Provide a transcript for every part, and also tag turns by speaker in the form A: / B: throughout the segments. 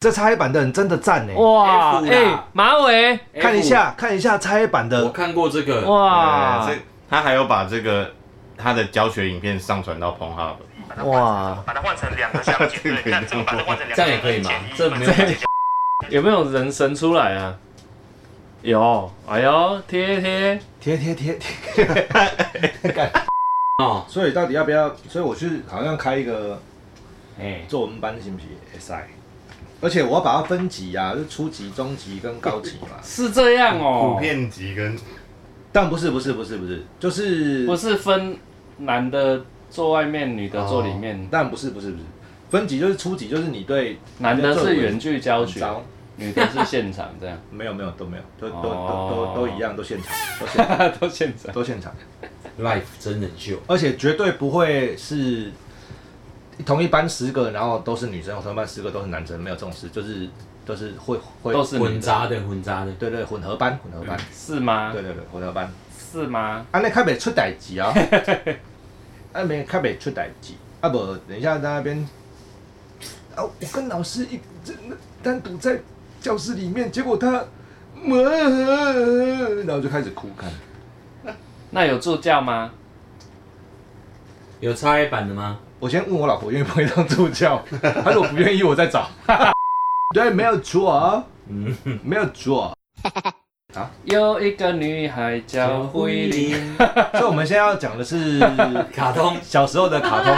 A: 这插黑板的人真的赞呢、
B: 哇，
C: F
B: 哎、
C: 啦
B: 马尾，
A: 看一下看一下插黑板
C: 我
A: 的，
C: 看过这个，
B: 哇
D: 对这啊他还有把这个他的教学影片上传到 Pornhub，
E: 把它换
B: 哇
E: 成，把它换成两个 相减，对，那这个把它换成两个
C: 这样也可以嘛
E: 相减
C: 这没有
E: 一
B: 有没有人神出来啊？有，哎呦，贴贴，
A: 贴贴贴贴。干
C: 哦，
A: 所以到底要不要？所以我去好像开一个
B: 哎、。
A: 作文班，行不行？SI，而且我要把它分级啊，就初级、中级跟高级嘛
B: 是这样哦、
D: 普遍级跟
A: 但不是不是不是不是，就是
B: 不是分男的坐外面，女的坐里面，
A: 但不是不是不是，分级就是初级，就是你对
B: 男的是远距教
A: 很
B: 学，
A: 糟
B: 女的是现场这样，
A: 没有没有都没有，都都
B: 哦
A: 都都都一样，都现场，都现场
B: 都现场。
A: 都现场，
C: ，Life 真人秀，
A: 而且绝对不会是同一班十个，然后都是女生，同一班十个都是男生，没有这种事，就是都是会会
B: 都是
C: 混
B: 女的，
C: 杂的混杂的，
A: 对对混合班混合班，
B: 是吗？
A: 对对对混合班，
B: 是吗？
A: 啊那开北出代志啊，啊没开北出代志，啊不等一下在那边，啊我跟老师一真的单独在教室里面，结果他。呃然后就开始哭，看
B: 那有助教吗？
C: 有插黑板的吗？
A: 我先问我老婆愿不愿意当助教，她说我不愿意，我再找。对，没有错啊，
C: 嗯，
A: 没有错。
B: 有一个女孩叫慧玲，
A: 所以我们现在要讲的是
C: 卡通，
A: 小时候的卡通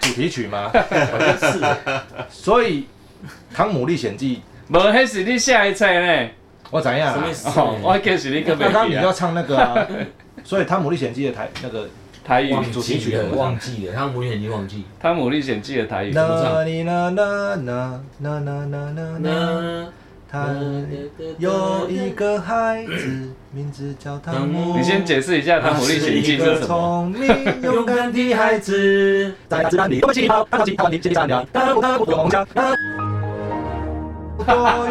A: 主题曲吗？
C: 好像是欸
A: 所以《汤姆历险记》，
B: 无迄是你下一册呢？
A: 我怎样
C: 什
A: 啊
C: 么？意思？
B: 哦，我记是你个
A: 那
B: 袂
A: 刚刚你
B: 记
A: 要
B: 啊。
A: 唱那个啊，所以《汤姆历险记》的台那个
B: 台语，
C: 忘
A: 主题
C: 记
A: 曲
C: 了，忘记了，他们眼睛忘记。
B: 《汤姆历险记》的台语。
C: 么唱
A: 那你那那那那那那那那，
C: 那
A: 他有一个孩子，名字叫汤姆。
B: 你先解释一下《汤姆历险记》是什么？
A: 聪明勇敢的孩子。
C: 子，
A: 在子弹里，我起跑，看到起跑，你心里善良，大步大步多梦想，多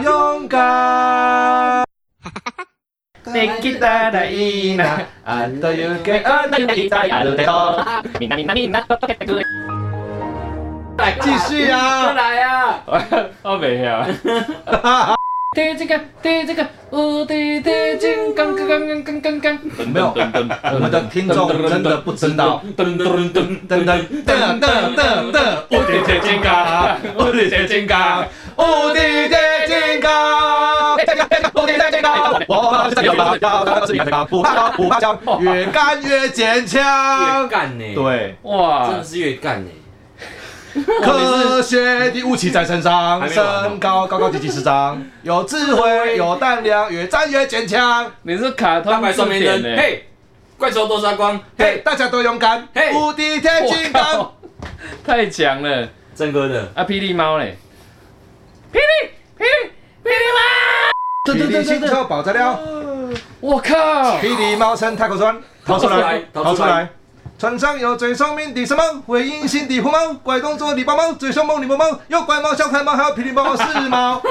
A: 勇敢。
B: 你记得的伊娜，
A: 啊，都有给
B: 啊
A: 继续
C: 再
A: 啊！
C: 来啊！
B: 我袂晓。对这个，对这个，无敌的金刚，刚刚刚刚刚刚。
A: 没有，我们的听众真的不知道。
C: 噔噔噔
A: 噔噔噔噔噔噔，无敌铁金刚，无敌铁金刚，无敌铁金刚，无敌铁金刚，我是有把刀，他是有把刀，不怕刀，不怕枪，越干越坚
C: 越
A: 强。
C: 干呢？，
A: 对，
C: 真
B: 哇
C: 的，是越干呢。
A: 科学的武器在身上，
D: 还没完哦
A: 身高高高级级是长，有智慧，有胆量，越战越坚强。
B: 你是卡
C: 大
B: 通
C: 白
B: 字
C: 双面
B: 典
C: 人，
B: 呢？
C: 嘿，怪兽多杀光，
A: 嘿，
C: 嘿，
A: 大家都勇敢，
C: 嘿
A: 无敌铁金
B: 我
A: 刚
B: 靠。，太强了！
C: 郑哥的
B: 啊，霹雳猫嘞？霹雳，霹雳，霹雳猫！
A: 霹雳心跳爆炸了，
B: 我靠！
A: 霹雳猫撑太空船，逃出来，逃
C: 逃
A: 出
C: 出
A: 来
C: 来。
A: 船上有最聪明的神猫，会隐形的狐猫，怪动作的豹猫，最凶猛的魔猫，有怪猫、小黑猫，还有霹雳猫猫是猫。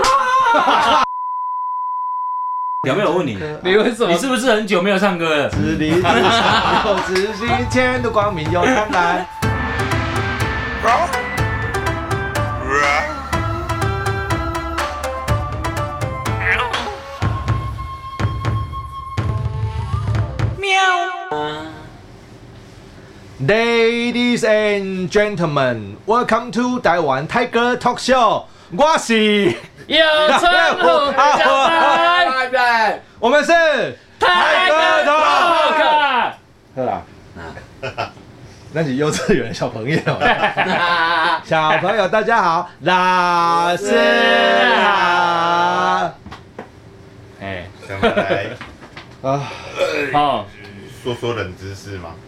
C: 有没有问你？
B: 你为什么
C: 你？是不是很久没有唱歌 了？
A: 自立自强又自信，前途光明又灿烂。Ladies and gentlemen, welcome to Taiwan Tiger Talk Show。我是，
B: 有称呼叫拜
C: 拜拜。
A: 我们是
B: 泰哥的我靠！
A: 是啦， 那是幼稚园小朋友。 小朋友，大家好，老师好。
B: 哎，
D: 想要来
A: 啊，
B: 哦
D: 说说冷知识吗？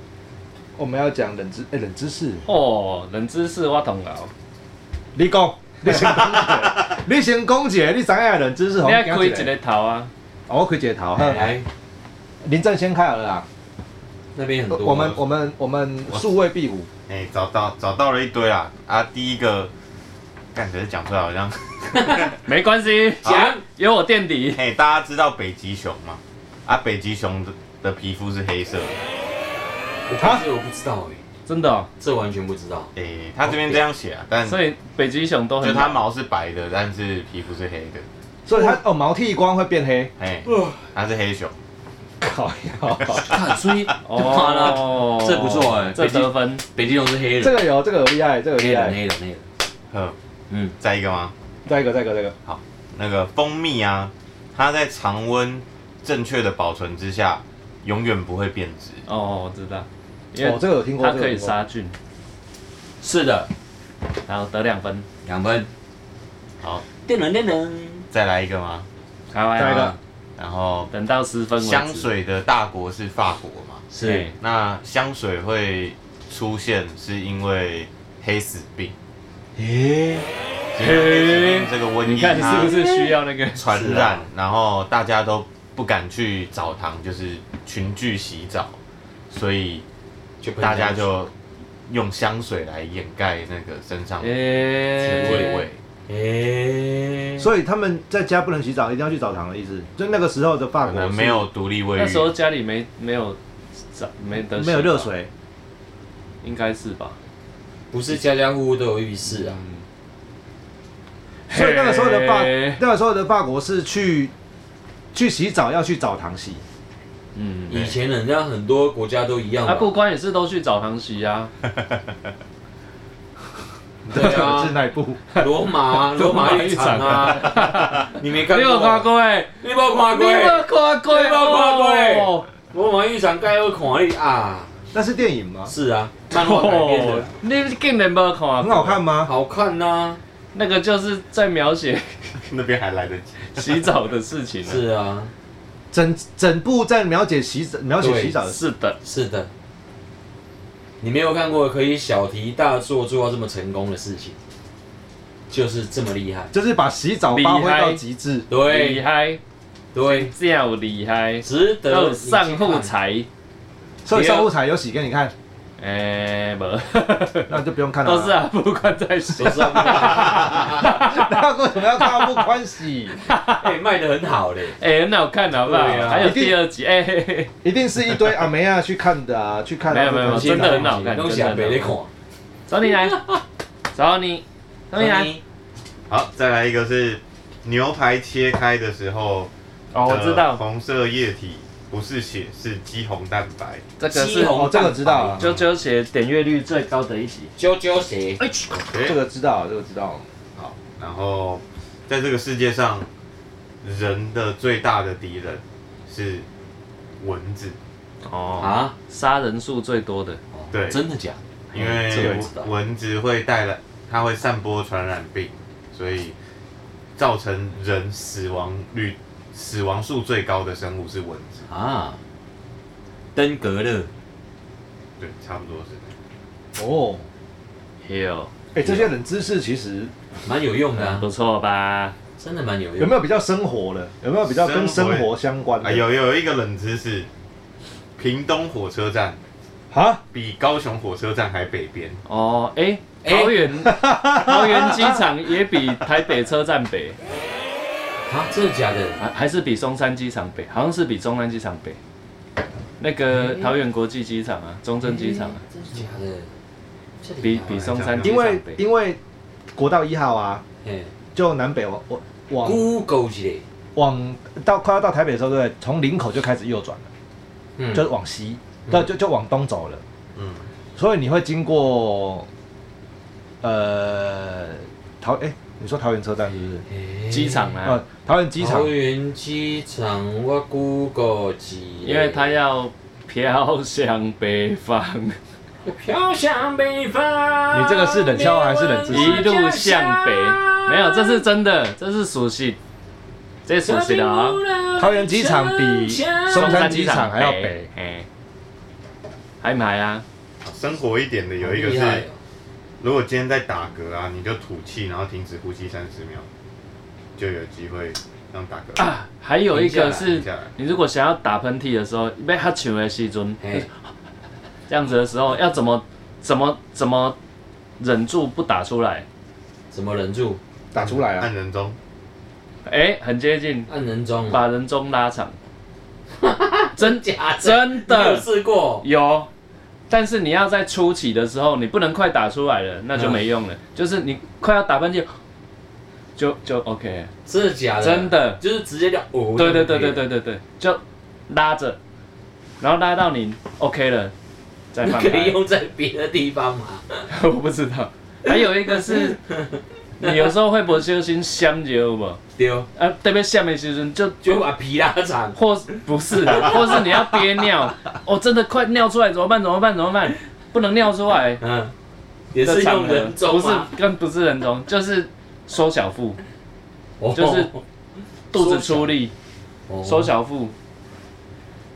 A: 我们要讲冷知哎、冷知识，
B: 哦，冷知识我同熬，
A: 你讲，你先讲一个， 你先讲一个，你知影冷知识？
B: 你要开一
A: 我
B: 个头啊！
A: 哦我开一个头。
B: 哎
A: 好
C: 来，
A: 林正先开好了啦。
C: 那边很多。
A: 呃我们我们我们数位必武，
D: 哎、找到找到了一堆啦啊！第一个，感觉讲出来好像，
B: 没关系，
C: 讲
B: 有我垫底。
D: 嘿、哎大家知道北极熊吗？啊，北极熊的的皮肤是黑色的，
C: 我不是我不知道哎，
B: 真的哦。
C: 这完全不知道。
D: 诶，哎他这边这样写啊，
A: 嗯
D: 但
B: 所以北极熊都
D: 就
B: 很
D: 它毛是白的，但是皮肤是黑的。
A: 所以它哦毛剃光会变黑，
D: 哎，它是黑熊。
A: 靠呀！
C: 看，所以哇啦，
B: 哦
C: 这不错哎
B: 这
C: 北极
B: 得分。
C: 北极熊是黑
A: 这
C: 人，
A: 个有，这个有厉害，这个有
C: 黑
A: 厉
C: 人
A: 害。
C: 黑人黑人。
D: 嗯，
C: 嗯，
D: 再一个吗？
A: 再一个，再一个，再一个。
D: 那个蜂蜜啊，它在常温正确的保存之下，永远不会变质。
B: 哦，我知道，因
A: 哦
B: 为，
A: 这个有听过，
B: 它
A: 这个
B: 可以
A: 有听过
B: 杀菌，
C: 是的，
B: 然后得两分。
C: 两分。
D: 好，
C: 电能电能，
D: 再来一个吗？
B: 好啊，
A: 下一个
B: 好啊
D: 然后
B: 等到十分为止
D: 香水的大国是法国嘛？
C: 是
D: 那香水会出现是因为黑死病。
C: 诶，
D: 因为黑死病这个瘟
B: 你
D: 疫
B: 看是不
D: 它
B: 是需要那个？
D: 传
C: 是
D: 染
C: 啊，
D: 然后大家都不敢去澡堂，就是群聚洗澡，所以
C: 就
D: 大家就用香水来掩盖那个身上的
B: 诶
D: 体味。
C: 诶，
A: 所以他们在家不能洗澡，一定要去澡堂的意思。就那个时候的法
D: 可
A: 国
D: 能
A: 是
D: 没有独立卫
B: 那时候
D: 浴，
B: 家里没没有澡，没得洗
A: 没有热
B: 吧，
A: 水，
B: 应该是吧？
C: 不是家家户户都有浴室啊。
A: 所以那个时候的法
B: 嘿，
A: 那个时候的法国是去去洗澡要去澡堂洗，
B: 嗯，
C: 以前人家很多国家都一样
B: 啊，
C: 吧。
B: 过关也是都去澡堂洗啊。
C: 对
A: 是
C: 啊，
A: 那一步。
C: 罗马罗马浴场啊， 你没看
B: 你
C: 过？
B: 有看过哎？
C: 你没看
B: 你有看
C: 过？
B: 过？
C: 你有看过
B: 哦？
C: 罗马浴场盖好看你啊，
A: 那是电影吗？
C: 是啊，漫画改编的
B: 哦，你竟然没有看？
A: 很好。看吗？
C: 好看呐。
B: 那个就是在描写
D: 那边还来得及。
B: 洗澡的事情啊。
C: 是啊，
A: 整整部在描写洗澡，描写
C: 对
A: 洗澡的事。
B: 是的，
C: 是的。你没有看过可以小题大做做到这么成功的事情，就是这么厉害。
A: 就是把洗澡发挥到极致，
B: 厉
C: 对
B: 害，
C: 对，
B: 这样有厉害，
C: 值
B: 要有
C: 得
B: 上户
C: 后。
B: 才。
A: 所以上户才有洗给你看，
B: 哎，没，
A: 那就不用看了。
B: 都是，啊，不管在洗
C: 都。是啊，
A: 那为什么要看阿布宽洗？
C: 哎、卖的很好嘞，
B: 哎，很好看，好不好？
C: 对啊
B: 还有第二集，哎，嘿嘿
A: 一定是一堆阿梅亚去看的啊，去看
B: 没有
A: 阿布宽
B: 没有
A: 洗
B: 哦真的很好看
C: 东西啊，没得看。
B: 找你来，找你，找你来。
D: 好，再来一个是牛排切开的时候，呃
B: 哦，我知道，
D: 红色液体不是血，是肌红蛋白。
B: 这个
C: 西
B: 是
C: 红
A: 哦，这个知道啊，
B: 啾啾鞋点阅率最高的一集。
C: 啾啾鞋，
B: 哎
D: OK，
A: 这个知道，啊这个知道。
D: 好，然后在这个世界上，人的最大的敌人是蚊子。
B: 哦，
C: 啊，
B: 杀人数最多的。
D: 对
C: 真的假的？
D: 因
C: 这个
D: 为
C: 我知道
D: 蚊子会带来，它会散播传染病，所以造成人死亡率、死亡数最高的生物是蚊子。
C: 啊，登革热，
D: 对，差不多是这样。
A: 哦，
B: 有，
A: 哎，这些冷知识其实
C: 蛮有用的啊
B: 不，错吧？
C: 真的蛮有
A: 有
C: 用
A: 没。有比较生活的？有没有比较跟生活相关
D: 啊，
A: 的？
D: 有有一个冷知识，屏东火车站
A: 啊，
D: 比高雄火车站还北边。
B: 哦，哎、
C: 哎
B: 桃 园、桃园机场也比台北车站北，
C: 啊，真的假的？
B: 还还是比松山机场北，好像是比中山机场北。那个桃园国际机场啊，中正机场啊，
C: 真的假的？这里
B: 比
C: 还有
B: 比松山机
A: 因
B: 场
A: 为
B: 北。
A: 因为国道一号啊，
C: 嘿
A: 就南北往往往
C: ，Google 一下，
A: 往到快要到台北的时候，对不对？从林口就开始右转了。
C: 嗯
A: 就是往西，对，就就往东走了，
D: 嗯，
A: 所以你会经过，呃，桃哎、你说桃园车站是不是？
C: 嗯
B: 机场啊
A: 呃，桃园机场
C: 桃，园机场，我 Google 一下，
B: 因为它要飘向北方，
C: 飘向北方。
A: 你这个是冷笑话还是冷知识
B: 一路向北。
C: 啊
B: 没有，这是真的，这是属实，这是属实的啊。
C: 哦
A: 桃园机场比松山机场还要北，
B: 哎、还买啊？
D: 好生活一点的有一个
C: 好厉害
D: 是
C: 哦，
D: 如果今天在打嗝啊，你就吐气，然后停止呼吸三十秒，就有机会让打嗝
B: 啊，还有一个是
D: 停下来。
B: 你如果想要打喷嚏的时候，被哈球的时阵，
C: 嘿
B: 这样子的时候要怎么怎么怎么忍住不打出来？
C: 怎么忍住？
A: 打出来啊
D: 按！人中，
B: 哎、很接近，
C: 按人中啊，
B: 把人中拉长，真
C: 假的
B: 真
C: 你有
B: 的
C: 试过？
B: 有，但是你要在初期的时候，你不能快打出来了，那就没用了。
C: 嗯
B: 就是你快要打半就就就 OK，
C: 真的假的？
B: 真的
C: 就是直接叫哦。
B: 对对对对对对对，就拉着，然后拉到你 OK 了，再
C: 你
B: 放
C: 可以
B: 开。
C: 用在别的地方嘛？
B: 我不知道，还有一个是，你有时候会不小心闪着有无？
C: 丢，
B: 啊，特别闪的时阵就
C: 哦就啊
B: 就
C: 把皮拉长。
B: 或是不是啊，或是你要憋尿， 哦，真的快尿出来怎么办？怎么办？怎么办？不能尿出来。
C: 嗯，也是用人中啊
B: 不是
C: 嘛，
B: 跟不是人中，就是收小腹，
C: 哦
B: 就是肚子出力，
C: 哦
B: 收小腹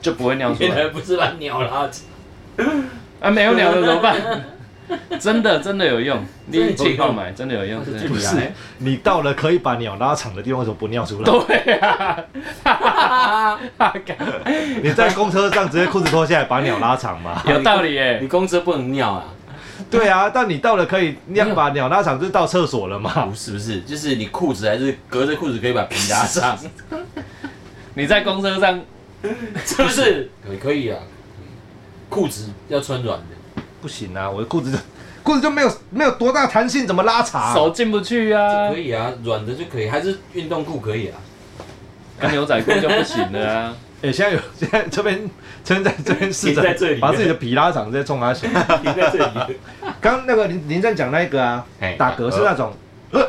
B: 就不会尿出
C: 原
B: 来。
C: 来不是把鸟拉长，
B: 啊，没有鸟 的怎么办？真的真的有用，
C: 真的有
B: 你
C: 用
B: 请购买真的有用。真的有
A: 不
B: 用
A: 是你到了可以把鸟拉长的地方，为什么不尿出来？
B: 对啊，哈哈哈
A: 你在公车上直接裤子脱下来把鸟拉长 嘛？
B: 有道理耶
C: 你。公车不能尿啊？
A: 对啊，但你到了可以
C: 没有
A: 尿把鸟拉长，就是到厕所了嘛
C: 不？是不是，就是你裤子还是隔着裤子可以把皮拉上，
B: 你在公车上
C: 是不是？可以可以啊，裤子要穿软的。
A: 不行啊，我的裤子就裤子就没有没有多大弹性，怎么拉长？
B: 手进不去啊
C: 可，以啊，软的就可以，还是运动裤可以啊。
B: 跟牛仔裤就不行了啊。
A: 哎、现在有现在这边 现在这边试
C: 停在这里
A: 着把自己的皮拉长，直接冲他血。
C: 停在这里，
A: 刚刚那个林林正讲那一个啊
D: 嘿，
A: 打嗝是那种，
C: 呃
A: 呃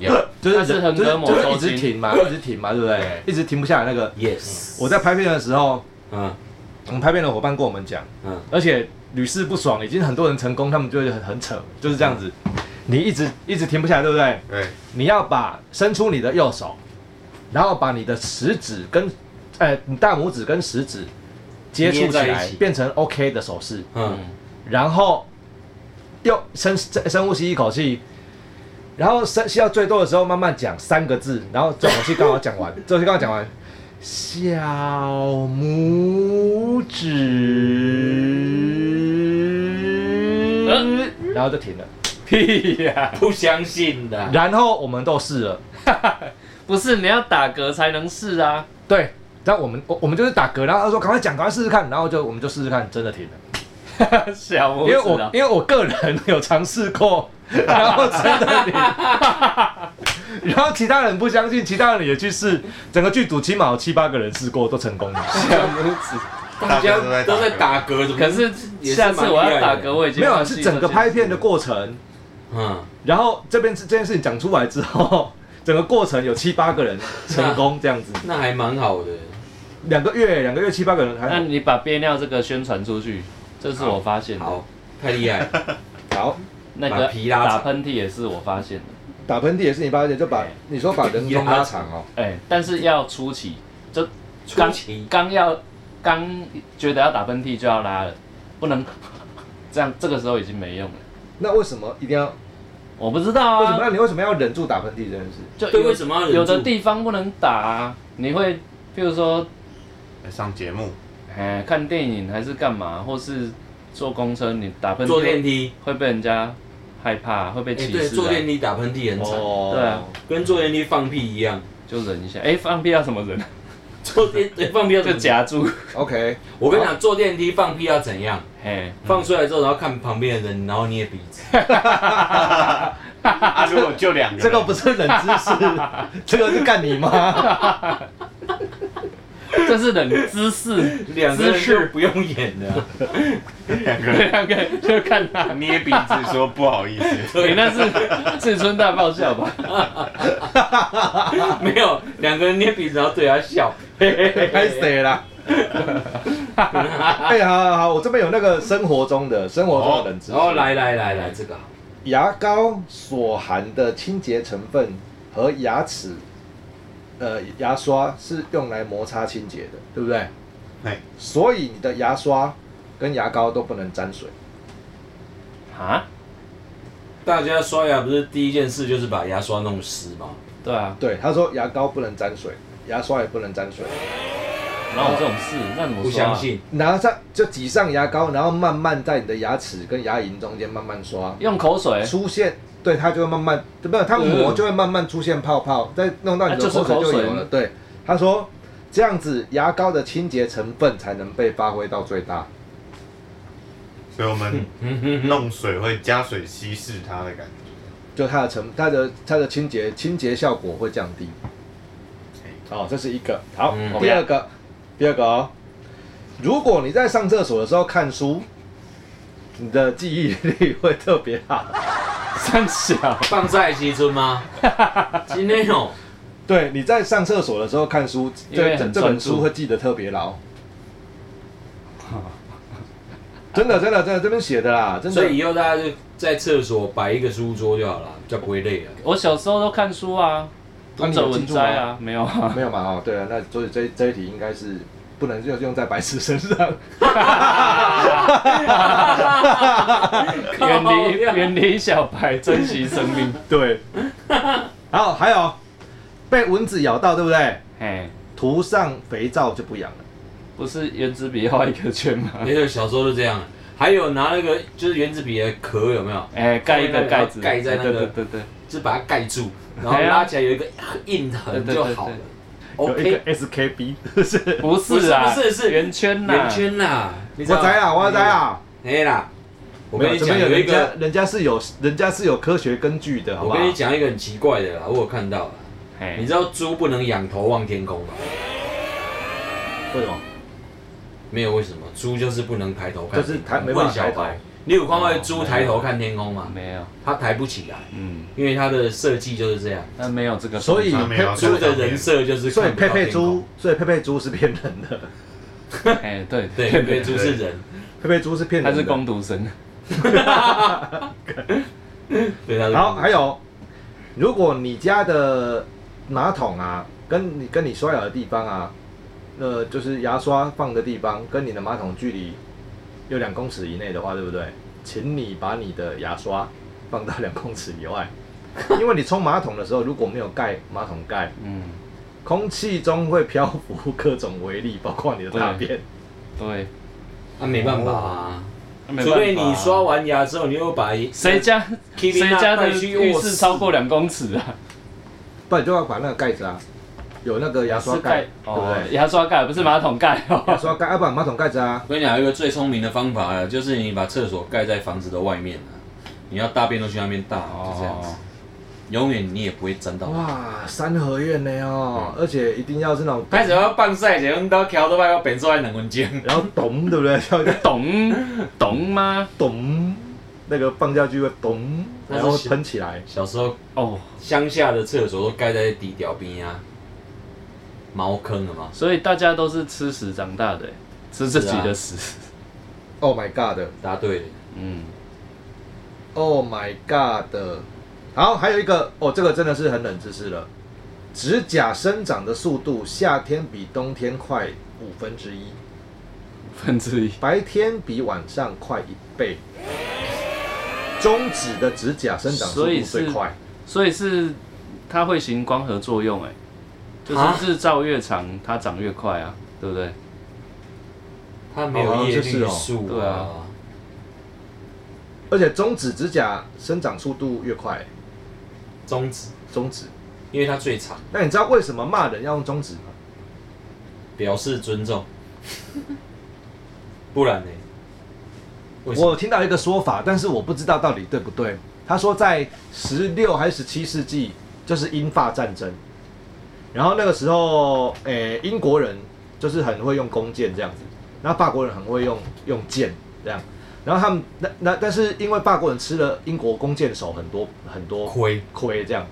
C: Yeah
A: 就是
B: 它是横
A: 就是
B: 膈膜
A: 就是
B: 抽
A: 一直
B: 筋
A: 停 嘛，一直停嘛，对不对
D: 对？
A: 一直停不下来那个。
C: Yes，
A: 我在拍片的时候，
C: 嗯
A: 我们拍片的伙伴跟我们讲，
C: 嗯，
A: 而且屡试不爽，已经很多人成功，他们就会很很扯，就是这样子。
C: 嗯
A: 你一直一直停不下来，对不对？
D: 对，
A: 你要把伸出你的右手，然后把你的食指跟，呃，你大拇指跟食指接触
C: 捏
A: 起
C: 在一
A: 来
C: 起，
A: 变成 OK 的手势，
C: 嗯，
A: 然后又深深呼吸一口气，然后深吸到最多的时候慢慢讲三个字，然后这口气刚好讲完，这口气刚好讲完，小拇指，然后就停了。
B: 屁呀、
C: 不相信的，
A: 然后我们都试了。
B: 不是你要打嗝才能试啊。
A: 对，然后我们我我们就是打嗝，然后他说赶快讲，赶快试试看，然后就我们就试试看，真的停了。
B: 小拇
A: 因为
B: 指
A: 我
B: 啊，
A: 因为我个人有尝试过， 然后真的停， 然后其他人不相信，其他人也去试，整个剧组起码有七八个人试过都成功了。
B: 小拇指。
D: 大家都在
C: 都在
D: 打
C: 打
D: 嗝。
C: 嗝，怎么？
B: 可是
C: 也是
B: 下次我要打嗝，我已经
A: 没有啊，
B: 忘记
A: 是整个拍片的过程，
C: 嗯，
A: 然后这边是这件事情讲出来之后，整个过程有七八个人成功这样子，
C: 那还蛮好的。
A: 两个月两个月七八个人
B: 那
A: 还
B: 你把憋尿这个宣传出去，这是我发现的。
C: 好，太厉害了，
A: 好。
B: 那个
C: 把皮拉
B: 打
C: 长
B: 喷嚏也是我发现的。
A: 打喷嚏也是你发现，就把你说把人中拉长哦，
B: 哎、但是要初期，就
C: 出
B: 刚
C: 奇，
B: 刚要刚觉得要打喷嚏就要拉了，不能 这样，这个时候已经没用了。
A: 那为什么一定要？
B: 我不知道
A: 为什么？
B: 啊，
A: 那你为什么要忍住打喷嚏这件事？
B: 就
C: 对，
B: 有
C: 为什么要忍住
B: 有的地方不能打、啊？你会，譬如说，
D: 来上节目，
B: 哎、看电影还是干嘛，或是坐公车，你打喷嚏
C: 坐电
B: 会
C: 梯，
B: 会被人家害怕，会被
C: 哎，
B: 歧
C: 对，
B: 视、啊
C: 坐电梯打喷嚏很惨，
A: 哦
B: 对啊，
C: 跟坐电梯放屁一样。
B: 就忍一下。哎、放屁要什么 忍？
C: 坐电对放屁要
B: 就
C: 怎么？
B: 夹住。
A: ，OK，
C: 我跟你讲，嗯坐电梯放屁要怎样？
B: 嘿，
C: 放出来之后，然后看旁边的人，然后捏鼻子。
D: 啊，如果就两个
A: 这
D: 人，
A: 个不是冷知识，这个是干你妈。
B: 这是冷姿势，
C: 两
B: 姿
C: 个人就
B: 势，
C: 不用演了，
D: 两个人
B: 两个就看他。
D: 捏鼻子说不好意思，
C: 啊
B: 你那是自尊大爆笑 吧？
C: 没有两个人捏鼻子，然后对他笑，
A: 开始啦。哎，好好好，我这边有那个生活中的生活中的冷知识。
C: 然后，哦来来来来，这个好
A: 牙膏所含的清洁成分和牙齿，呃，牙刷是用来摩擦清洁的，对不对？
D: 哎，
A: 所以你的牙刷跟牙膏都不能沾水。
B: 啊？
C: 大家刷牙不是第一件事就是把牙刷弄湿吗？
B: 对啊，
A: 对，他说牙膏不能沾水，牙刷也不能沾水。
B: 哪有这种事？那怎么、啊
C: 不相？信，
A: 拿上就挤上牙膏，然后慢慢在你的牙齿跟牙龈中间慢慢刷，
B: 用口水，
A: 出现对它就会慢慢，对不是它磨
C: 嗯
A: 就会慢慢出现泡泡，再弄到你
B: 啊就
A: 的
B: 是
A: 口水
B: 口
A: 哎就
B: 水
A: 有了。对，他说这样子牙膏的清洁成分才能被发挥到最大。
D: 所以我们
C: 嗯哼哼，
D: 弄水会加水稀释它的感觉。
A: 就它的成它的它的清洁清洁效果会降低。好，哎哦这是一个。好，
C: 嗯
A: 第二个，第二个哦，如果你在上厕所的时候看书，你的记忆力会特别好。
B: 三小，
C: 放在西村 吗？今天哦，
A: 对，你在上厕所的时候看书，
B: 因为
A: 这这
B: 很专
A: 这本
B: 注
A: 书会记得特别牢。 真的，真的，真的，这边写的啦，真的。
C: 所以以后大家就在厕所摆一个书桌就好了，比较不会累啊了。
B: 我小时候都看书啊，
A: 那
B: 读
A: 你
B: 者
A: 有
B: 文
A: 进步
B: 摘
A: 吗？
B: 啊，没有啊，
A: 没有嘛，哦，对啊，那所以这这一题应该是不能用用在白痴身上。
B: 远离远离小白，珍惜生 命。
A: 对，然后还有被蚊子咬到，对不对？
B: 哎，
A: 涂上肥皂就不痒了。
B: 不是原子笔画一个圈吗？
C: 没有小时候就这样，还有拿那个就是原子笔的壳有没有？
B: 哎，盖一个盖子，
C: 盖在那
B: 对
C: 个
B: 对对对，
C: 就是把它盖住，然后
B: 哎呀
C: 拉起来有一个印痕就好了。
A: 有一个
C: OK，
A: SKB，是
B: 不是啊，
C: 不是不是是
B: 圆圈啊呐，
C: 圆，圈啦，我
A: 我知啊，我知，啊。
C: 哎啦，我跟你
A: 没
C: 讲
A: 有怎
C: 有
A: 么
C: 一
A: 人家
C: 个，
A: 人家是有人家是有科学根据的，好
C: 我
A: 不好
C: 跟？你讲一个很奇怪的啦，我有看到啦，
B: 哎
C: 你，知道猪不能仰头望天空吗？
A: 为什么？
C: 没有为什么，猪就是不能抬头看天空，
A: 就是抬没办
C: 问
A: 法
C: 小
A: 抬头
C: 白，你有看过猪抬头看天空吗？
B: 没有，
C: 它抬不起来，
B: 嗯，
C: 因为它的设计就是这样，
B: 但没有这个，
A: 所以
D: 上面有
A: 佩
C: 猪的人设就是
A: 所以
C: 看不
A: 佩
C: 到
A: 佩
C: 天空
A: 猪，，所以佩佩猪是骗人的，
B: 哎，对
C: 对，佩佩猪是人，
A: 佩佩猪是骗
B: 他
A: 人
B: 是
A: 的。
B: 工读生，
C: 对，它是
A: 好，
C: 公
A: 还有，如果你家的马桶啊，跟你跟你刷牙的地方啊，呃，就是牙刷放的地方，跟你的马桶距离有两公尺以内的话，对不对？请你把你的牙刷放到两公尺以外， 因为你冲马桶的时候如果没有盖马桶盖，
B: 嗯，
A: 空气中会漂浮各种微粒，包括你的大便。
B: 对，
C: 那没办法啊，
B: 没办
C: 除
B: 法啊
C: 非你刷完牙之后，你又把
B: 谁家
C: Kiwi
B: 谁家的
C: 那块去
B: 浴
C: 卧
B: 室
C: 室
B: 超过两公尺啊？
A: 不然就要把那个盖子啊，有那个牙刷
B: 是
A: 盖，对不
B: 哦，
A: 对？
B: 牙刷盖不是马桶盖
A: 牙
B: 哦。
A: 刷盖，要、不然马桶盖子啊，
C: 我跟你讲，有一个最聪明的方法啊，就是你把厕所盖在房子的外面啊，你要大便都去那边大，哦
B: 哦
C: 就这样子，永远你也不会沾到。
A: 哇，三合院呢哦，而且一定要是那种，
C: 开始要放晒，就用刀敲都快要变出来两分钟。
A: 然后咚，对不对？要一个
B: 懂懂吗？
A: 咚，那个放下去会咚，
C: 那是
A: 然后
C: 小
A: 喷起来。
C: 小时候
B: 哦，
C: 乡下的厕所都盖在地屌边啊，茅坑了嘛。
B: 所以大家都是吃屎长大的，欸吃自己的
C: 啊
B: 屎。
A: Oh my god！Oh
C: 答对了，
B: 嗯，
A: Oh my god！好，还有一个哦，这个真的是很冷知识了。指甲生长的速度，夏天比冬天快五分之一，
B: 分之一。
A: 白天比晚上快一倍。中指的指甲生长速
B: 所以
A: 度
B: 是
A: 最快，
B: 所以是它会行光合作用，哎，就
C: 啊
B: 是日照越长，它长越快啊，对不对？
C: 它没
B: 哦
C: 有叶绿素、
B: 对啊。
A: 而且中指指甲生长速度越快，
C: 中指，
A: 中指。
C: 因为它最长，
A: 那你知道为什么骂人要用中指吗？
C: 表示尊重。 不然呢？为什么
A: 我有听到一个说法，但是我不知道到底对不对。他说在十六还是十七世纪，就是英法战争，然后那个时候，诶、英国人就是很会用弓箭这样子，然后法国人很会用用剑这样，然后他们那那但是因为法国人吃了英国弓箭手很多很多
C: 亏。
A: 亏这样，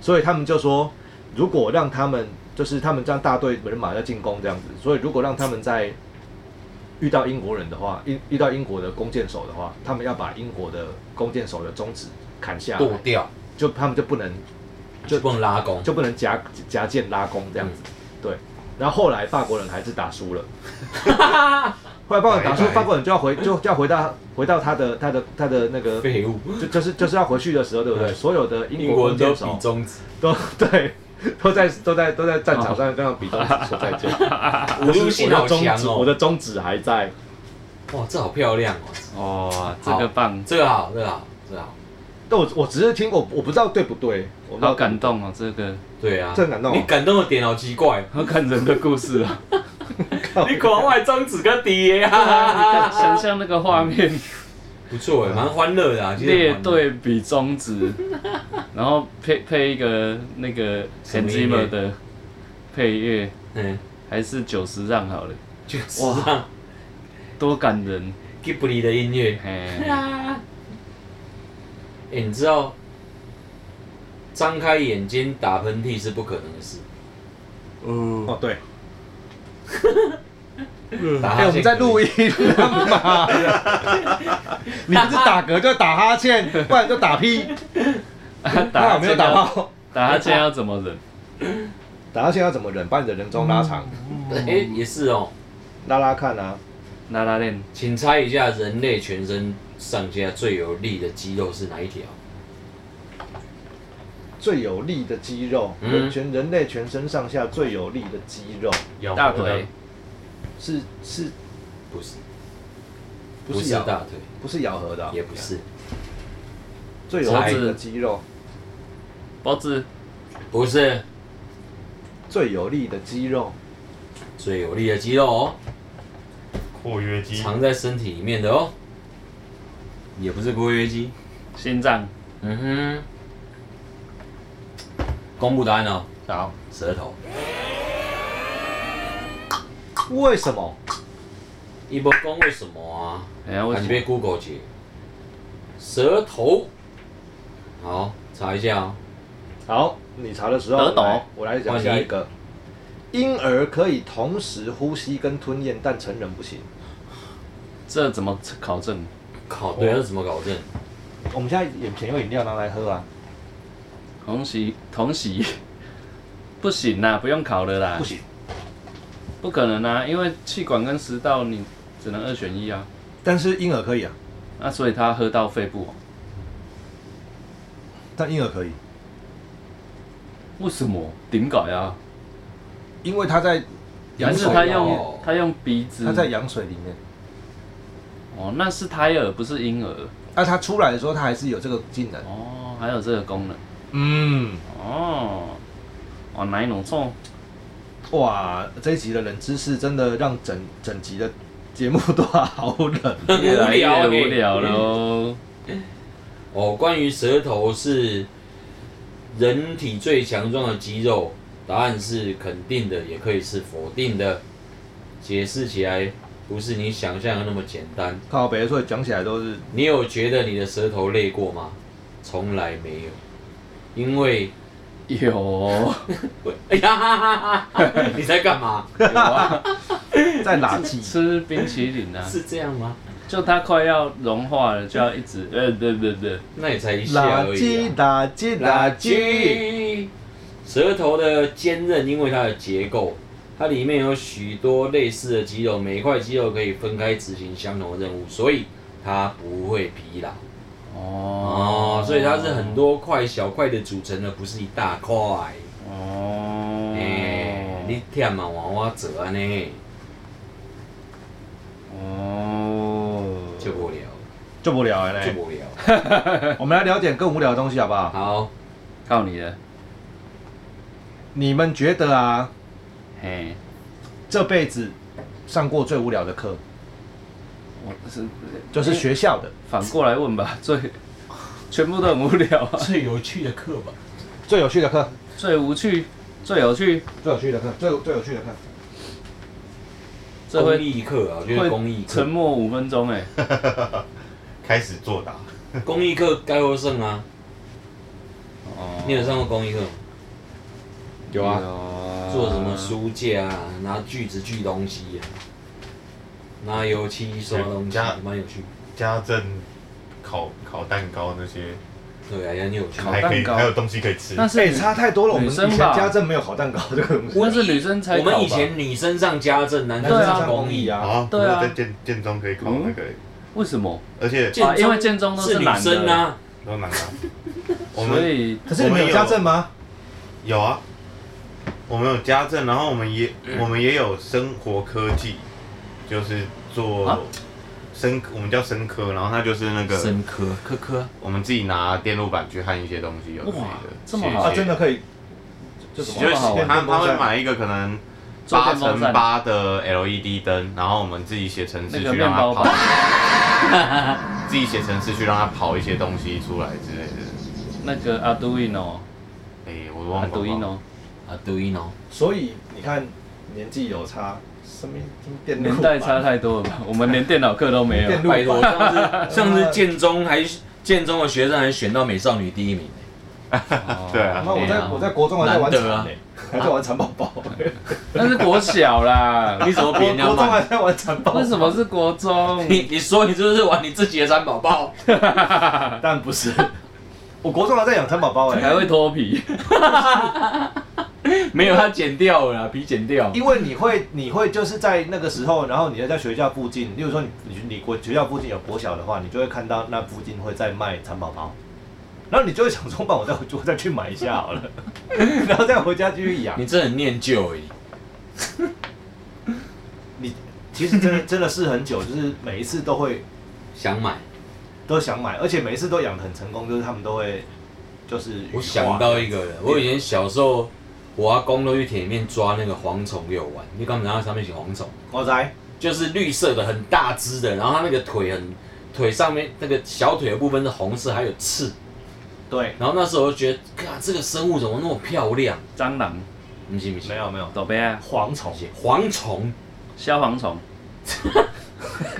A: 所以他们就说，如果让他们就是他们这样大队人马在进攻这样子，所以如果让他们在遇到英国人的话，遇遇到英国的弓箭手的话，他们要把英国的弓箭手的中指砍下来
C: 剁，掉，
A: 就他们就不能
C: 就不能拉弓，
A: 就不能夹夹剑拉弓这样
C: 嗯
A: 子，对。然后后来法国人还是打 输了，后来法国人打输，
D: 拜拜
A: 法国人就要回就就要回到回到他的他的他的那个
C: 废物。
A: 就就是就是要回去的时候，对不对？
C: 嗯
A: 所有的英
C: 英
A: 国
C: 国
A: 弓
C: 人都
A: 箭手
C: 比中指，
A: 都 对，都在都在都在战场
B: 哦
A: 上跟他比中指说再 见。
C: 五路性
A: 我
C: 好
A: 的中
C: 强
A: 指，我
C: 哦！
A: 的中指还在。
C: 哇，这好漂亮哦！
B: 哦，这个棒，
C: 这个好，这个好，这个好。
A: 但我我只是听过，我不知道对不对。我不知道
B: 好感动哦，这个
C: 对啊，
A: 这很感动哦
C: 你感动的点好奇怪，哦
B: 好感人的故事 啊！
A: 靠
C: 你国外中指跟底爷
B: 对啊你看
C: 啊，
B: 想象那个画面，
C: 不错哎，蛮欢乐的啊。其实
B: 列
C: 很欢乐，
B: 队比中指，然后配配一个那个
C: 什么
B: Hans
C: 音乐
B: Zimmer 的配乐，
C: 嗯，
B: 还是九十让好了，
C: 就是
B: 哇
C: 让
B: 多感人！
C: Ghibli 的音乐。
B: 嘿，
C: 啊！哎，你知道张开眼睛打喷嚏是不可能的事，
A: 哦，对，
C: 打哈
A: 哎，
C: 欠
A: 我们在录音干嘛？ 你不是打嗝就打哈欠，不然就打屁。
B: 打
A: 那有没有
B: 哈欠
A: 打
B: 要
A: 炮？
B: 打哈欠要怎么忍？
A: 打哈欠要怎么忍？把你的人中拉长，
C: 可以。哎，也是哦，
A: 拉拉看啊。
B: 拉拉链，
C: 请猜一下人类全身上下最有力的肌肉是哪一条？
A: 最有力的肌肉，
C: 嗯
A: 人全人类全身上下最有力的肌肉
D: 腰
B: 大腿，
A: 是是
C: 不是，
A: 不
C: 不
A: 是
C: 是
A: 咬
C: 大腿，
A: 不是咬合的啊、
C: 也不是，
A: 最有力的肌肉，
B: 脖子，
C: 不是
A: 最有力的肌肉，
C: 最有力的肌肉哦，
D: 括约肌，
C: 藏在身体里面的哦，也不是括约肌。
B: 心脏，
C: 嗯哼，公布答案哦，
A: 好，
C: 舌头。
A: 为什么？
C: 一波公为什么啊？
B: 哎呀，为
C: 还是
B: 什
C: 被
B: 么？
C: Google 解。舌头，好，查一下哦。
A: 好，你查的时候，
B: 得懂
A: 我来我来讲下一个。婴儿可以同时呼吸跟吞咽，但成人不行。
B: 这怎么考证？
C: 考对，要怎么搞证？
A: 我们现在眼前有饮料，拿来喝啊。
B: 同喜同喜， 不行啦，不用考了啦
A: 不，行，
B: 不可能啊，因为气管跟食道你只能二选一啊，
A: 但是婴儿可以啊，
B: 那所以他喝到肺部哦，
A: 但婴儿可以，
B: 为什么？顶改啊？
A: 因为他在
B: 还
A: 羊
B: 是
A: 水，啊
B: 他用
C: 哦
B: 他用鼻子？
A: 他在羊水里面。
B: 哦，那是胎儿，不是婴儿。
A: 那啊他出来的时候，他还是有这个技能。
B: 哦，还有这个功能。
A: 嗯，
B: 哦，哦，哪一种错？
A: 哇，这一集的冷知识真的让整整集的节目都 好冷。
B: 越来越
C: 欸
B: 无聊喽。
C: 哦，关于舌头是人体最强壮的肌肉，答案是肯定的，也可以是否定的。解释起来不是你想象的那么简单。
A: 靠北，所以讲起来都 是
C: 你有觉得你的舌头累过吗？从来没有，因为
B: 有有
C: 我哎呀哈哈哈哈， 你在干 嘛？
B: 啊，
A: 在垃圾。
B: 吃冰淇淋啊，
C: 是这样吗？
B: 就它快要融化了，就要一直呃，对对对，
C: 那也才一下
A: 垃
C: 而已、
A: 圾，
C: 啊。
A: 垃圾，垃圾。
C: 圾。舌头的坚韧，因为它的结构，它里面有许多类似的肌肉，每一块肌肉可以分开执行相同的任务，所以它不会疲劳。
B: 哦
C: 哦，所以它是很多块小块的组成的，不是一大块。
B: 哦，
C: 哎、你忝嘛，换我做安尼，
A: 哦，
C: 就无聊，
A: 就不聊了
C: 就
A: 嘞。
C: 无 聊。
A: 我们来聊点更无聊的东西好不好？
C: 好，
B: 告你了，
A: 你们觉得啊，
B: 嘿，
A: 这辈子上过最无聊的课，
B: 我是
A: 就是学校的
B: 反过来问吧，最全部都很无聊 啊，
C: 最有趣的课吧。
A: 最有趣的课，
B: 最无趣，最有趣，
A: 最有趣的课，最最有趣的课。
B: 这
C: 公
B: 会
C: 益课啊，我觉得公益
B: 会沉
C: 课，
B: 默五分钟哎、
D: 开始作答。
C: 公益课该获胜啊。
B: 哦
C: 你有上过公益课吗？
A: 有啊
C: 做什么书架啊，拿锯子锯东西啊，拿油漆刷东西
D: 家，
C: 蛮有趣。
D: 家政、烤烤蛋糕那些，
C: 对啊，也很有趣。
D: 还可
B: 蛋
D: 以
B: 糕
D: 还有东西可以吃。
B: 那
A: 哎、
B: 是
A: 差太多了，我们
B: 女
A: 以
B: 生
A: 前
B: 吧
A: 家政没有烤蛋糕这个东西。
B: 那是女生才
C: 我们
B: 考
C: 以
B: 吧
C: 前女生上家政，男
A: 男
C: 生
A: 生
B: 对啊
A: 上
C: 上
A: 公
C: 公
A: 益
C: 益。
A: 啊，
D: 啊，
B: 对啊嗯
D: 不是在建建中可以考那个，
B: 为什么？
D: 而且
C: 建
B: 啊因为建中都
C: 是
B: 是
C: 女
B: 男的
C: 生啊，
D: 都难 考。我
B: 所
D: 们
B: 以
A: 可是你们有家政吗？
D: 有啊，我们有家政，然后我们也
B: 嗯
D: 我们也有生活科技，就是
B: 啊
D: 做生我们叫生科，然后它就是那个
C: 生科科科，
D: 我们自己拿电路板去焊一些东西，有的没
B: 哇
D: 的
B: 这么
D: 写一
B: 好
D: 些
A: 啊，真的可以，就
D: 就
A: 什
D: 是
A: 么好玩
D: 他他会买一个可能
B: 做
D: 八 E
B: 电风
D: 乘
B: 扇
D: 八的 LED 灯，然后我们自己写程式
B: 那个
D: 去
B: 面
D: 让它
B: 包
D: 跑
B: 吧。
D: 自己写程式去让它跑一些东西出来之类的。
B: 那个 Arduino，
D: 哎、我
B: 啊
D: 忘了。
B: Arduino，
C: 啊 Arduino，
A: 所以你看年纪有差，什么电路
B: 年代
A: 板
B: 差太多了吧？我们连电脑课都没 有。
A: 电路
C: 拜托，上次 上次建中还建中的学生还选到美少女第一名，
B: 哦
D: 对啊
A: 那我
C: 哎
A: 在
C: 呀
A: 我在国中还在玩
C: 难
A: 蚕
C: 得啊
A: 呢，还在玩蚕宝宝，
B: 那是国小 啦。
C: 你怎么比人家
A: 国 中还
C: 慢？
A: 在玩蚕宝宝，
B: 为什么是国中？
C: 你你说你是不是玩你自己的三宝宝？
A: 当然不是， 我国中还在养蚕宝宝哎，
B: 还会脱皮？
C: 没有，他剪掉了啦，皮剪掉。
A: 因为你会，你会就是在那个时候，然后你要在学校附近，例如说你你你国学校附近有国小的话，你就会看到那附近会在卖蚕宝宝，然后你就会想说，把我再我再去买一下好了， 然后再回家继续养
C: 你。真的很念旧哎，
A: 你其实真的真的是很久，就是每一次都会
C: 想买。
A: 都想买，而且每一次都养得很成功，就是他们都会就是羽化
C: 我想到一个人，我以前小时候，我阿公都去田里面抓那个蝗虫给我玩，你刚拿到上面写蝗虫，
A: 我在
C: 就是绿色的很大只的，然后它那个腿很腿上面那个小腿的部分是红色，还有刺。
A: 对
C: 然后那时候我就觉得，看这个生物怎么那么漂亮？
B: 蟑螂、
C: 你信不信？
A: 没有没有
B: 豆贝啊、
A: 蝗虫
C: 写蝗虫，
B: 消防虫，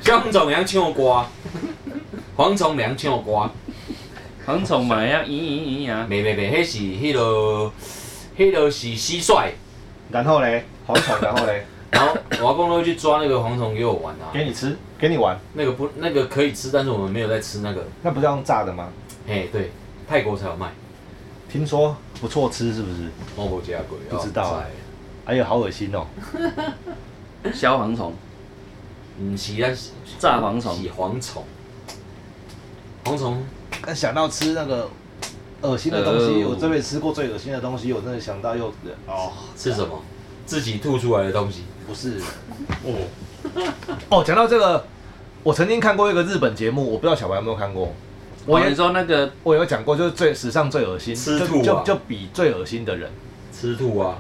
C: 蝗虫两青瓜，蝗虫两青瓜，
B: 蝗虫嘛要咦咦咦啊！
C: 没没没，那是迄、那个，迄、那个是蟋蟀。
A: 然后嘞蝗虫，然后 嘞
C: 然后我阿公都会去抓那个蝗虫给我玩啊，
A: 给你吃给你玩，
C: 那个不那个可以吃，但是我们没有在吃那个。
A: 那不是要用炸的吗？
C: 哎，对，泰国才有卖，
A: 听说不错吃是不是？
C: 我没加过，
A: 不知道啊哎呦，好恶心哦！
B: 消防虫，
C: 嗯，是啊，是
B: 炸蝗虫
C: 是蝗虫，蝗虫
A: 但想到吃那个恶心的东西，
B: 呃
A: 我这辈子吃过最恶心的东西，我真的想到又呃
D: 哦
C: 是什么？自己吐出来的东西。
A: 不是
D: 哦，
A: 哦。讲到这个，我曾经看过一个日本节目，我不知道小白有没有看过。我
B: 我
A: 也、
B: 你说那个
A: 我有讲过，就是最史上最恶心，
C: 吃
A: 就
C: 兔啊
A: 就就比最恶心的人
C: 吃兔啊，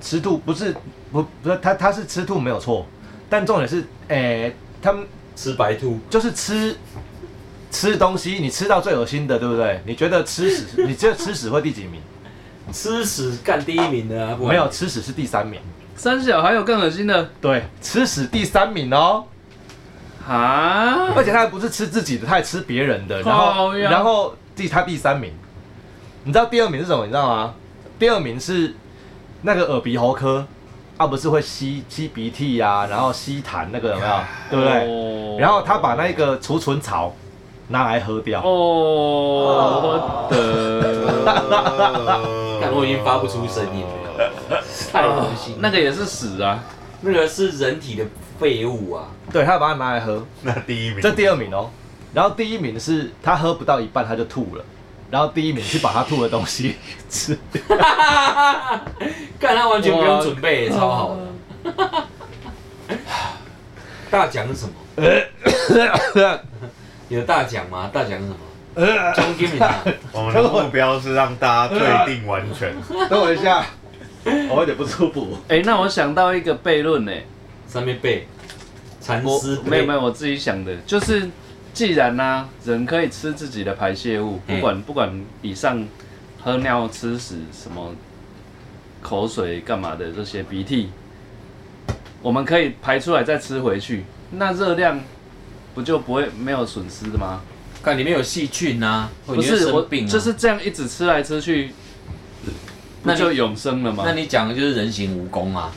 A: 吃兔，不是不不是他他是吃兔没有错，但重点是诶、他们
C: 吃白兔，
A: 就是吃吃东西，你吃到最恶心的，对不对？你觉得吃屎， 你觉得吃屎会第几名？
C: 吃屎干第一名的啊，不然
A: 没有，吃屎是第三名。
B: 三小还有更恶心的
A: 对，吃屎第三名哦，
B: 哈，
A: 而且他还不是吃自己的，他还吃别人的，然后
B: 靠呀
A: 然后第他第三名，你知道第二名是什么？你知道吗？第二名是那个耳鼻喉科，啊不是会吸吸鼻涕呀、然后吸痰那个有没有？对不对？
B: 哦
A: 然后他把那个储存槽拿来喝掉，
B: 哦
A: 啊
B: 哦，我的，
C: 干我已经发不出声音了，太恶心
B: 哦哎
C: 了。
B: 那个也是屎啊，
C: 那个是人体的废物啊，
A: 对他把它拿来喝，
D: 那第一名，
A: 这第二名哦。然后第一名是他喝不到一半他就吐了，然后第一名是把他吐的东西 吃掉。
C: 干他完全不用准备，超好的。 大奖是什么？有大奖吗？大奖是什么？中金啊，
D: 我们的目标是让大家
A: 啊
D: 退订完全。
A: 等我一 下，我有点不舒服。
B: 哎，那我想到一个悖论呢，
C: 上面背蚕
B: 我
C: 丝被
B: 没有没有，我自己想的，就是既然呢、啊人可以吃自己的排泄物，
C: 嗯
B: 不管不管以上喝尿、吃屎、什么口水干嘛的这些鼻涕，我们可以排出来再吃回去，那热量不就不会没有损失的吗？
C: 看里面有细菌啊，
B: 不
C: 你会
B: 是
C: 生
B: 我
C: 病啊
B: 就是这样一直吃来吃去，
C: 那
B: 那
C: 你
B: 就永生了吗
C: 那？你讲的就是人形蜈蚣啊，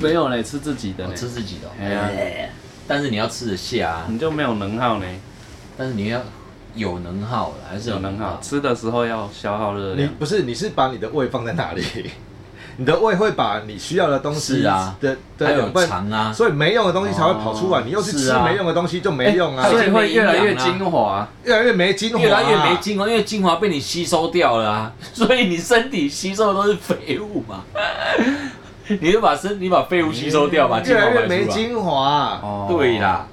B: 没有嘞，吃自己的
C: 我
B: 嘞，
C: 吃自己的哦、
B: 哎呀嗯
C: 但是你要吃得下啊，
B: 你就没有能耗呢，
C: 但是你要有能耗啦，还是
B: 有能耗，吃的时候要消耗热
A: 你
B: 量。
A: 不是你是把你的胃放在哪里？ 你的胃会把你需要的东西
C: 是啊
A: 的的
C: 还有
A: 养分
C: 肠啊，
A: 所以没用的东西才会跑出来。
C: 哦
A: 你又去
C: 是
A: 吃
C: 啊
A: 没用的东西就没用啊
C: 哎，
B: 所以会越来
C: 所以
B: 越
C: 没营养啊
B: 精华，
A: 越来越没精华啊，
C: 越来越没精华，因为精华被你吸收掉了啊，所以你身体吸收的都是废物嘛。你就把身，你把废物吸收掉，把精
A: 越
C: 华
A: 来越
C: 排
A: 没
C: 出来。
A: 精华啊。
B: 哦
C: 对，啦，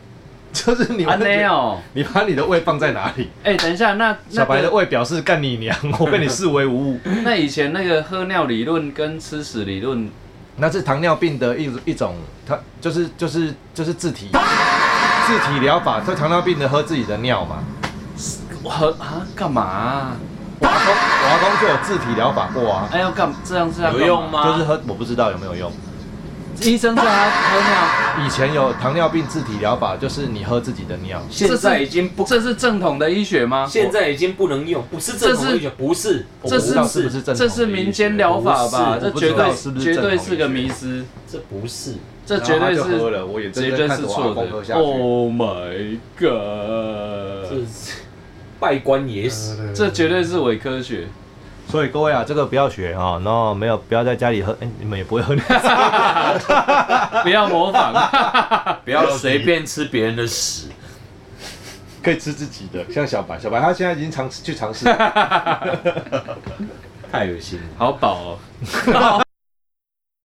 A: 就是你会
C: 啊
B: 安内哦，
A: 你把你的胃放在哪里？
B: 哎，等一下，那那
A: 小白的
B: 个
A: 胃表示干你娘，我被你视为无 物。
B: 那以前那个喝尿理论跟吃屎理论，
A: 那是糖尿病的一一种，它就是就是就是自体自体疗法，这糖尿病的喝自己的尿嘛。
B: 我喝啊干嘛啊？
A: 我阿公，我阿公就有自体疗法过啊，
B: 哎要干这样是要
C: 有
B: 干
C: 用
B: 嘛？
C: 吗？
A: 就是喝，我不知道有没有用。
B: 医生叫他喝尿，
A: 以前有糖尿病自体疗法，就是你喝自己的尿。
C: 现在已经不，
B: 这是正统的医学吗？
C: 现在已经不能用，不是正统医学，不是，
B: 这
A: 我不知道是不
C: 不
A: 是
C: 是，
A: 正
B: 这
A: 统
B: 是
A: 的
B: 民
A: 医
B: 间
A: 学
B: 疗法吧？
C: 我
B: 这
A: 不
B: 绝
A: 知道
B: 对
A: 是不是
B: 绝
A: 正
B: 对
A: 统
B: 是个
A: 医学
B: 迷思，
C: 这不是。
B: 这绝
A: 然后他
B: 对
A: 就喝
B: 是
A: 了，我也
B: 绝
A: 真
B: 对
A: 的
B: 是
A: 看着我阿
B: 错
A: 公喝
B: 的。
A: 下去。
B: Oh my
C: 这
B: god！
C: 是 拜官野史，
B: 这绝对是伪科学。
A: 所以各位啊，这个不要学啊，然后没有不要在家里喝，哎，你们也不会喝 尿。
B: 不要模仿，
C: 不要随便吃别人的屎。
A: 可以吃自己的，像小白，小白他现在已经 尝试去尝试，
C: 太恶心了。
B: 好饱哦。